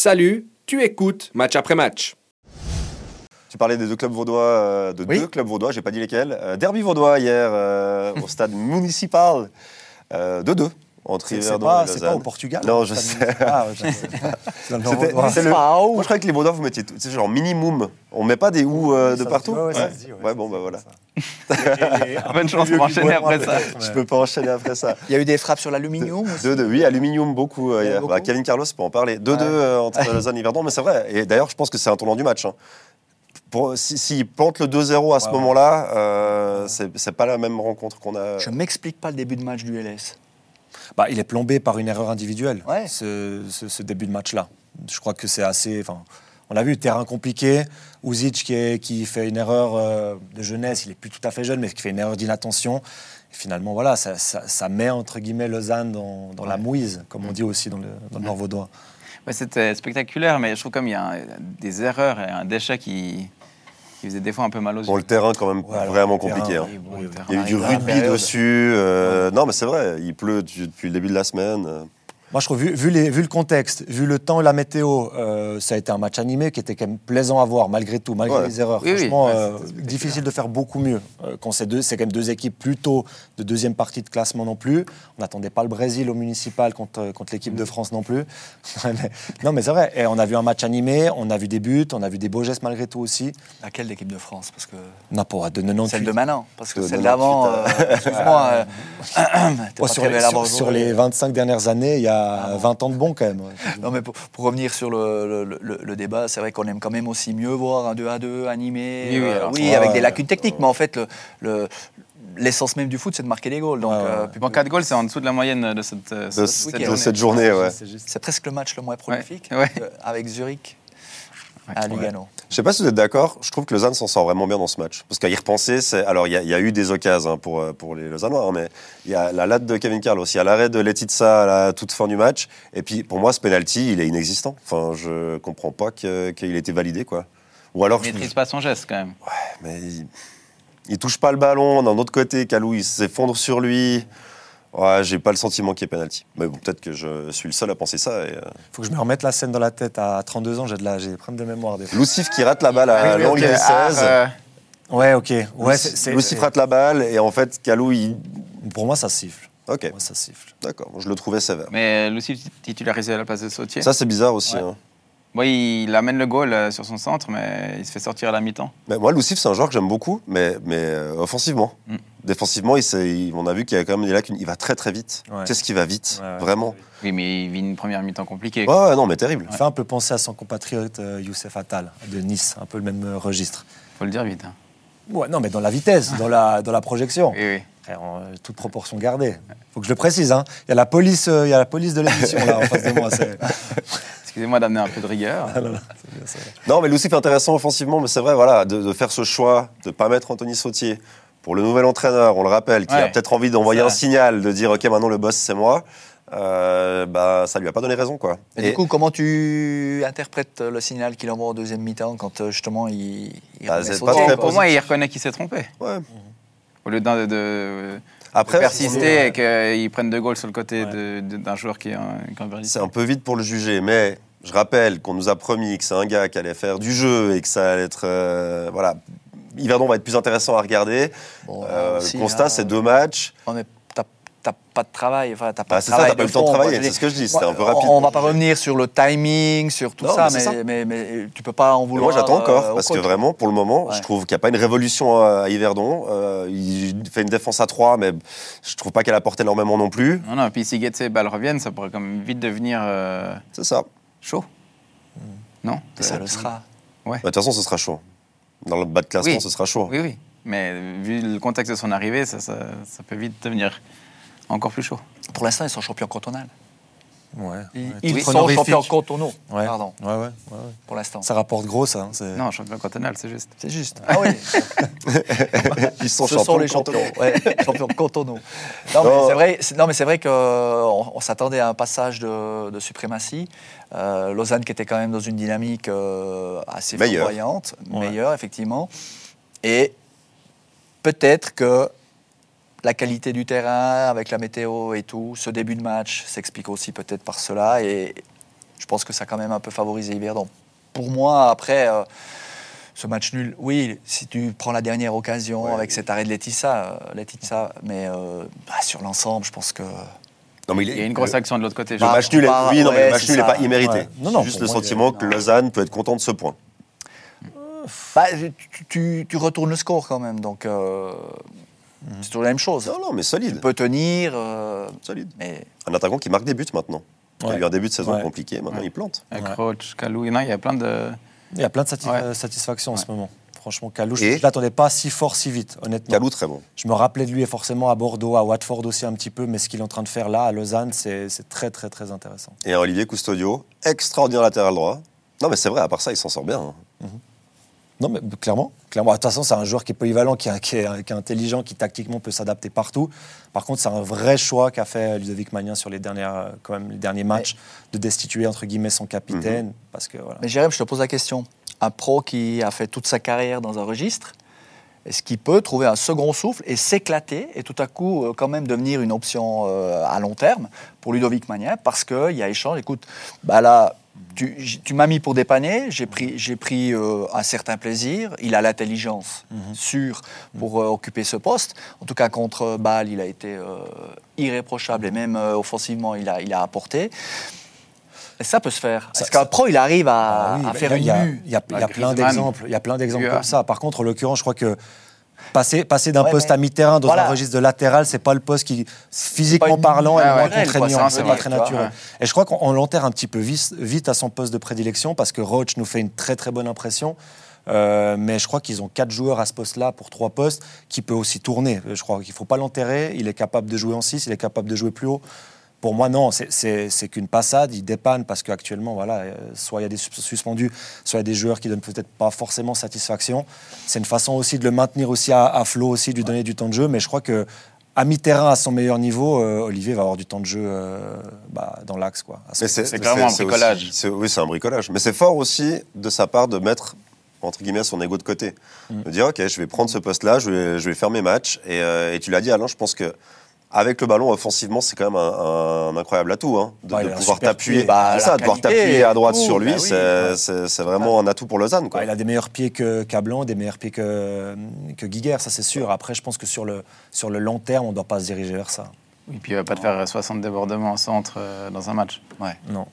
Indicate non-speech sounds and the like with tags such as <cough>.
Salut, tu écoutes match après match. Tu parlais des deux clubs vaudois, euh, de Oui. deux clubs vaudois, j'ai pas dit lesquels. Euh, derby vaudois hier euh, au stade <laughs> municipal euh, de deux entre C'est c'est Yverdon pas, et c'est Lausanne. pas au Portugal. Non, hein, je ça, sais. <laughs> Ah, ouais, ça, c'est dans le C'était- Nord-Ouest. c'est le- Moi, je croyais que les Vaudois, vous mettiez tout. C'est genre minimum. On met pas des ou euh, Ça de se- partout ouais, ouais, ça se dit, ouais, ouais, bon, bah voilà. <laughs> Bonne chance pour enchaîner après ça. Je peux pas enchaîner après ça. <laughs> Il y a eu des frappes sur l'aluminium aussi. 2-2, oui, aluminium beaucoup. euh, Il y en a hier. beaucoup. Bah, Kevin Carlos peut en parler. 2-2 Ouais. euh, <laughs> entre Lausanne et Verdon, mais c'est vrai. Et d'ailleurs, je pense que c'est un tournant du match. hein. Pour- si- S'ils plantent le 2-0 à ce Ouais, ouais. moment-là, euh, c'est c'est pas la même rencontre qu'on a. Je m'explique pas le début de match du LS. Bah, il est plombé par une erreur individuelle, Ouais. ce, ce- ce début de match-là. Je crois que c'est assez. enfin, On l'a vu, terrain compliqué. Ouzic qui, est- qui fait une erreur euh, de jeunesse, il est plus tout à fait jeune, mais qui fait une erreur d'inattention. Et Finalement, voilà, ça, ça- ça met entre guillemets Lausanne dans, dans la mouise, comme on dit aussi dans le, dans le Nord vaudois. Ouais, C'était spectaculaire, mais je trouve comme il y a un- des erreurs et un déchet qui, qui faisait des fois un peu mal aux yeux. Bon, le terrain, quand même, Ouais, alors, vraiment le terrain, compliqué. hein. Et bon, Oui, le oui. terrain Il y a eu du arrive à la rugby période. dessus. euh, Non, mais c'est vrai, il pleut du- depuis le début de la semaine. euh. Moi, je trouve, vu, vu les- vu le contexte, vu le temps et la météo, euh, ça a été un match animé qui était quand même plaisant à voir, malgré tout, malgré Ouais. les erreurs. Oui, oui. Franchement, Ouais, euh, c'était spectaculaire. difficile de faire beaucoup mieux. euh, quand c'est deux, c'est quand même deux équipes plutôt de deuxième partie de classement non plus. On n'attendait pas le Brésil au municipal contre, euh, contre l'équipe de France non plus. <laughs> Ouais, mais- non, mais c'est vrai. Et on a vu un match animé, on a vu des buts, on a vu des beaux gestes malgré tout aussi. Laquelle d'équipe de France Parce que On a pour de 98. celle de Manin, parce que De celle d'avant. 98, euh, Excuse-moi. euh, t'es Oh, pas sur, très les, belle sur- avant sur aujourd'hui. les 25 dernières années, il y a 20 ans de bon quand même. Non, mais pour, pour revenir sur le, le- le- le débat, c'est vrai qu'on aime quand même aussi mieux voir un 2 à 2 animé. Oui, oui, euh, alors oui, ça, avec ouais, des lacunes techniques, mais en fait, le- le- l'essence même du foot, c'est de marquer des goals. Donc, Ouais, ouais, euh, ouais. puis- Bon, 4 goals, c'est en dessous de la moyenne de cette, euh, De, cette- ce- week-end, de on journée. cette journée, ouais. c'est presque le match le moins prolifique ouais. euh, avec Zurich Ah, à Lugano. Je sais pas si vous êtes d'accord, je trouve que Lausanne s'en sort vraiment bien dans ce match. Parce qu'à y repenser, c'est... alors il y, a- il y a eu des occasions hein, pour, euh, pour les Lausannois, hein, mais il y a la latte de Kevin Carlos, il y a l'arrêt de Letizia à la toute fin du match, et puis pour moi ce penalty, il est inexistant. Enfin, je comprends pas que- qu'il ait été validé, quoi. Ou alors, Il je- maîtrise pas son geste quand même. mais il... il touche pas le ballon d'un autre côté, Calou, il s'effondre sur lui. Ouais, j'ai pas le sentiment qu'il y ait penalty. Mais bon, peut-être que je suis le seul à penser ça. Et, euh, faut que je me remette la scène dans la tête. À 32 ans, j'ai de la- j'ai des problèmes de mémoire. Des fois. Loussif qui rate la balle à l'angle des 16. euh, Ouais, ok. Ah, euh, Ouais, c'est- Loussif c'est- Loussif rate la balle et en fait, Calou, il. Pour moi, ça siffle. Ok. Pour moi, ça siffle. D'accord, moi, je le trouvais sévère. Mais Lucie titularisé à la place de Sautier. Ça, c'est bizarre aussi. Ouais. hein. Bon, il amène le goal euh, sur son centre, mais il se fait sortir à la mi-temps. Mais moi, Lucif, c'est un joueur que j'aime beaucoup, mais, mais euh, offensivement. Mm. Défensivement, il s'est- il- on a vu qu'il y a quand même des lacunes. Il va très, très vite. Ouais. Qu'est-ce qu'il va vite Ouais, ouais. Vraiment. Oui, mais il vit une première mi-temps compliquée. Ouais, ouais, non, mais terrible. Il fait un peu penser à son compatriote euh, Youssef Attal de Nice, un peu le même euh, registre. Faut le dire vite. hein. Ouais, non, mais dans la vitesse, dans la, dans la projection. Oui, oui. Après, en, euh, toute proportion gardée. faut que je le précise. hein. Il y a la police, euh, il y a la police de l'émission là en face de moi. c'est- Ah Excusez-moi d'amener un peu de rigueur. Non, mais Lucif, intéressant offensivement, mais c'est vrai, voilà, de, de faire ce choix, de ne pas mettre Anthony Sautier. Pour le nouvel entraîneur, on le rappelle, qui a Ouais. peut-être envie d'envoyer C'est un vrai. signal, de dire, OK, maintenant le boss, c'est moi. Euh, bah, ça lui a pas donné raison, quoi. Et Et- du coup, comment tu interprètes euh, le signal qu'il envoie en deuxième mi-temps quand euh, justement il, il Bah, remet c'est son pas temps, très quoi. Pour moi, il reconnaît qu'il s'est trompé. ouais. Au lieu d'un- de, de- Après, persister et euh, qu'ils prennent deux goals sur le côté Ouais. de- de- d'un joueur qui est un qui est un verdicteur. C'est un peu vite pour le juger, mais je rappelle qu'on nous a promis que c'est un gars qui allait faire du jeu et que ça allait être. euh, voilà. Yverdon va être plus intéressant à regarder. Bon, Euh, euh, le aussi, constat, hein, c'est deux matchs. non, mais t'as- T'as pas de travail, enfin t'as pas Bah, de c'est ça, travail. t'as pas eu le temps de fond, quoi. travailler, Je veux c'est dire, ce que je dis, moi, c'était un peu rapide. On, on va pas revenir sur le timing, sur tout Non, ça, mais mais, c'est mais- mais tu peux pas en Et vouloir. moi, j'attends encore, euh, au parce que coach. vraiment, pour le moment, Ouais. je trouve qu'il n'y a pas une révolution à à Yverdon. Euh, il fait une défense à 3, mais je trouve pas qu'elle apporte énormément non plus. Non, non, puis si Guetz et balles reviennent, ça pourrait quand même vite devenir euh, C'est ça. chaud. Non Mm. Et euh, ça le sera. Bah, De toute façon, ce sera chaud. Dans le bas de classement, Oui. ce sera chaud. Oui, oui. Mais euh, vu le contexte de son arrivée, ça, ça, ça peut vite devenir encore plus chaud. Pour l'instant, ils sont champions cantonal. Ouais, Ils, ouais, ils tout sont honorifique. champions cantonaux, Ouais, pardon, ouais, ouais, ouais, ouais. pour l'instant. Ça rapporte gros, ça. hein, c'est- Non, champion cantonal, c'est juste. C'est juste. Ah oui. <laughs> Ils sont Ce champions. sont les cantonaux. champions, ouais, <laughs> champions cantonaux. Non, mais Non. c'est vrai, c'est- non, mais c'est vrai que euh, on, on s'attendait à un passage de, de suprématie. Euh, Lausanne qui était quand même dans une dynamique euh, assez Meilleure. flamboyante, Ouais. meilleure effectivement. Et peut-être que la qualité du terrain avec la météo et tout, ce début de match s'explique aussi peut-être par cela et Je pense que ça a quand même un peu favorisé Yverdon. Pour moi, après, euh, ce match nul, oui, si tu prends la dernière occasion Ouais. avec cet arrêt de Letizia, euh, Letizia, mais euh, bah, sur l'ensemble, je pense que. Non, mais Il y a une grosse action de l'autre côté. Le je Bah, pense. match nul, est- bah, oui, non, mais ouais, le match c'est nul n'est ça. pas immérité. Ouais. Non, non, juste pour le moi, sentiment il que Lausanne peut être content de ce point. Bah, tu, tu- tu retournes le score quand même, donc euh, c'est toujours la même chose. Non, non, mais Tu solide. peux tenir, euh, solide. mais Un attaquant qui marque des buts maintenant. Il y a Ouais. eu un début de saison Ouais. compliqué, maintenant il plante. Avec Ouais. Roach, Kalou, non, il y a plein de. Il y a plein de satis- Ouais. euh, satisfactions en Ouais. ce moment. Franchement, Kalou, je Et ne l'attendais pas si fort, si vite, honnêtement. Calou, très bon. Je me rappelais de lui et forcément à Bordeaux, à Watford aussi un petit peu, mais ce qu'il est en train de faire là, à Lausanne, c'est c'est très, très, très intéressant. Et un Olivier Custodio, extraordinaire latéral droit. Non, mais c'est vrai, à part ça, il s'en sort bien. hein. Non, mais clairement, clairement. Bah, De toute façon, c'est un joueur qui est polyvalent, qui est, qui est- qui est intelligent, qui tactiquement peut s'adapter partout. Par contre, c'est un vrai choix qu'a fait Ludovic Magnin sur les, dernières, euh, quand même, les derniers matchs de destituer entre guillemets son capitaine. Parce que voilà. Mais Jérém, je te pose la question. Un pro qui a fait toute sa carrière dans un registre, est-ce qu'il peut trouver un second souffle et s'éclater et tout à coup euh, quand même devenir une option euh, à long terme pour Ludovic Magnin Parce qu'il y a échange, écoute, bah là, tu, j- tu m'as mis pour dépanner, j'ai pris, j'ai pris euh, un certain plaisir, il a l'intelligence Mhm. sûre pour euh, occuper ce poste. En tout cas, contre Bâle, il a été euh, irréprochable et même euh, offensivement, il a, il a apporté. Et ça peut se faire. Ça- Est-ce qu'un ça- pro, il arrive à, Ah oui, à bah, faire il y a, une mue il y a- il y a plein Bah, Griezmann, d'exemples, il y a plein d'exemples Thuram. comme ça. Par contre, en l'occurrence, je crois que passer, passer d'un Ouais, poste mais à mi-terrain dans voilà. un registre de latéral, c'est pas le poste qui, pas physiquement une- parlant, est Ah le moins ouais, le poste, contraignant, hein, c'est c'est pas vrai, très tu vois, naturel. ouais. Et je crois qu'on on l'enterre un petit peu vis- vite à son poste de prédilection parce que Roach nous fait une très très bonne impression. Euh, mais je crois qu'ils ont quatre joueurs à ce poste-là pour trois postes qui peut aussi tourner. Je crois qu'il ne faut pas l'enterrer. Il est capable de jouer en 6, il est capable de jouer plus haut. Pour moi, non, c'est- c'est c'est qu'une passade. Il dépanne parce qu'actuellement, voilà, euh, soit il y a des sus- suspendus, soit il y a des joueurs qui donnent peut-être pas forcément satisfaction. C'est une façon aussi de le maintenir aussi à, à flot, aussi de lui donner du temps de jeu. Mais je crois que à mi-terrain, à son meilleur niveau, euh, Olivier va avoir du temps de jeu euh, bah, dans l'axe, quoi. À son- Mais c'est clairement un c'est bricolage. aussi- c'est- oui, c'est un bricolage. Mais c'est fort aussi de sa part de mettre entre guillemets son ego de côté, de dire ok, je vais prendre ce poste-là, je vais, je vais faire mes matchs. Et, euh, et tu l'as dit, Alain, je pense que avec le ballon offensivement, c'est quand même un, un incroyable atout hein, de, Ouais, de il a un pouvoir super t'appuyer. pied. Bah, C'est la ça, de pouvoir qualité, t'appuyer à droite tout, sur lui, bah oui, c'est- ouais. c'est c'est vraiment un atout pour Lausanne. Quoi. Ouais, il a des meilleurs pieds que Cablan, des meilleurs pieds que, que Guiguerre, ça c'est sûr. Après, je pense que sur le, sur le long terme, on ne doit pas se diriger vers ça. Et puis, il va pas te faire 60 débordements en centre euh, dans un match. Ouais. Non.